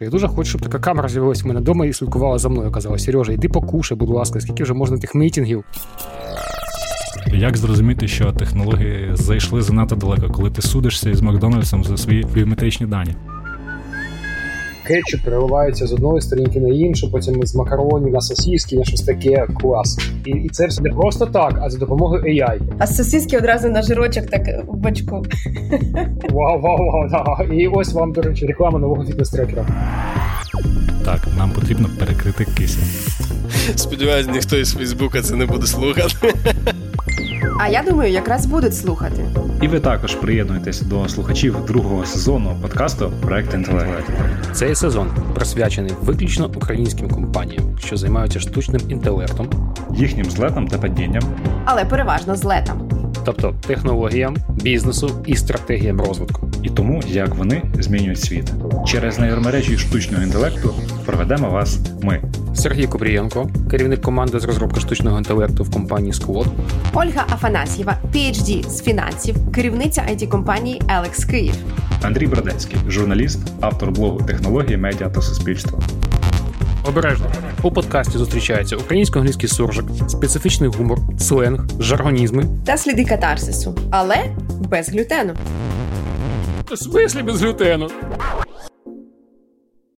Я дуже хочу, щоб така камера з'явилася в мене вдома і слідкувала за мною. Казала, Сережа, йди покушай, будь ласка, скільки вже можна тих мітінгів. Як зрозуміти, що технології зайшли занадто далеко, коли ти судишся із Макдональдсом за свої біометричні дані? кетчуп переливається з одної сторінки на іншу, потім з макаронів на сосиски, на щось таке клас. І, і це все не просто так, а за допомогою AI. А сосиски одразу на жирочок так в бачку. Вау, вау, вау, да. І ось вам, до речі, реклама нового фітнес-трекера. Так, нам потрібно перекрити кисень. Сподіваюсь, ніхто із Фейсбука це не буде слухати. А я думаю, якраз будуть слухати. І ви також приєднуєтесь до слухачів другого сезону подкасту Проект інтелект. Цей сезон присвячений виключно українським компаніям, що займаються штучним інтелектом, Їхнім злетом та падінням Але переважно з летом. тобто технологіям, бізнесу і стратегіям розвитку. і тому, як вони змінюють світ. Через нейромережі штучного інтелекту проведемо вас ми. Сергій Купрієнко, керівник команди з розробки штучного інтелекту в компанії Squad, Ольга Афанасьєва, PhD з фінансів, керівниця it компанії Елекс Київ. Андрій Бродецький, журналіст, автор блогу технології, медіа та суспільства. Обережно у подкасті зустрічаються українсько-англійський суржик, специфічний гумор, сленг, жаргонізми. Та сліди катарсису, але без глютену. В смислі без глютену.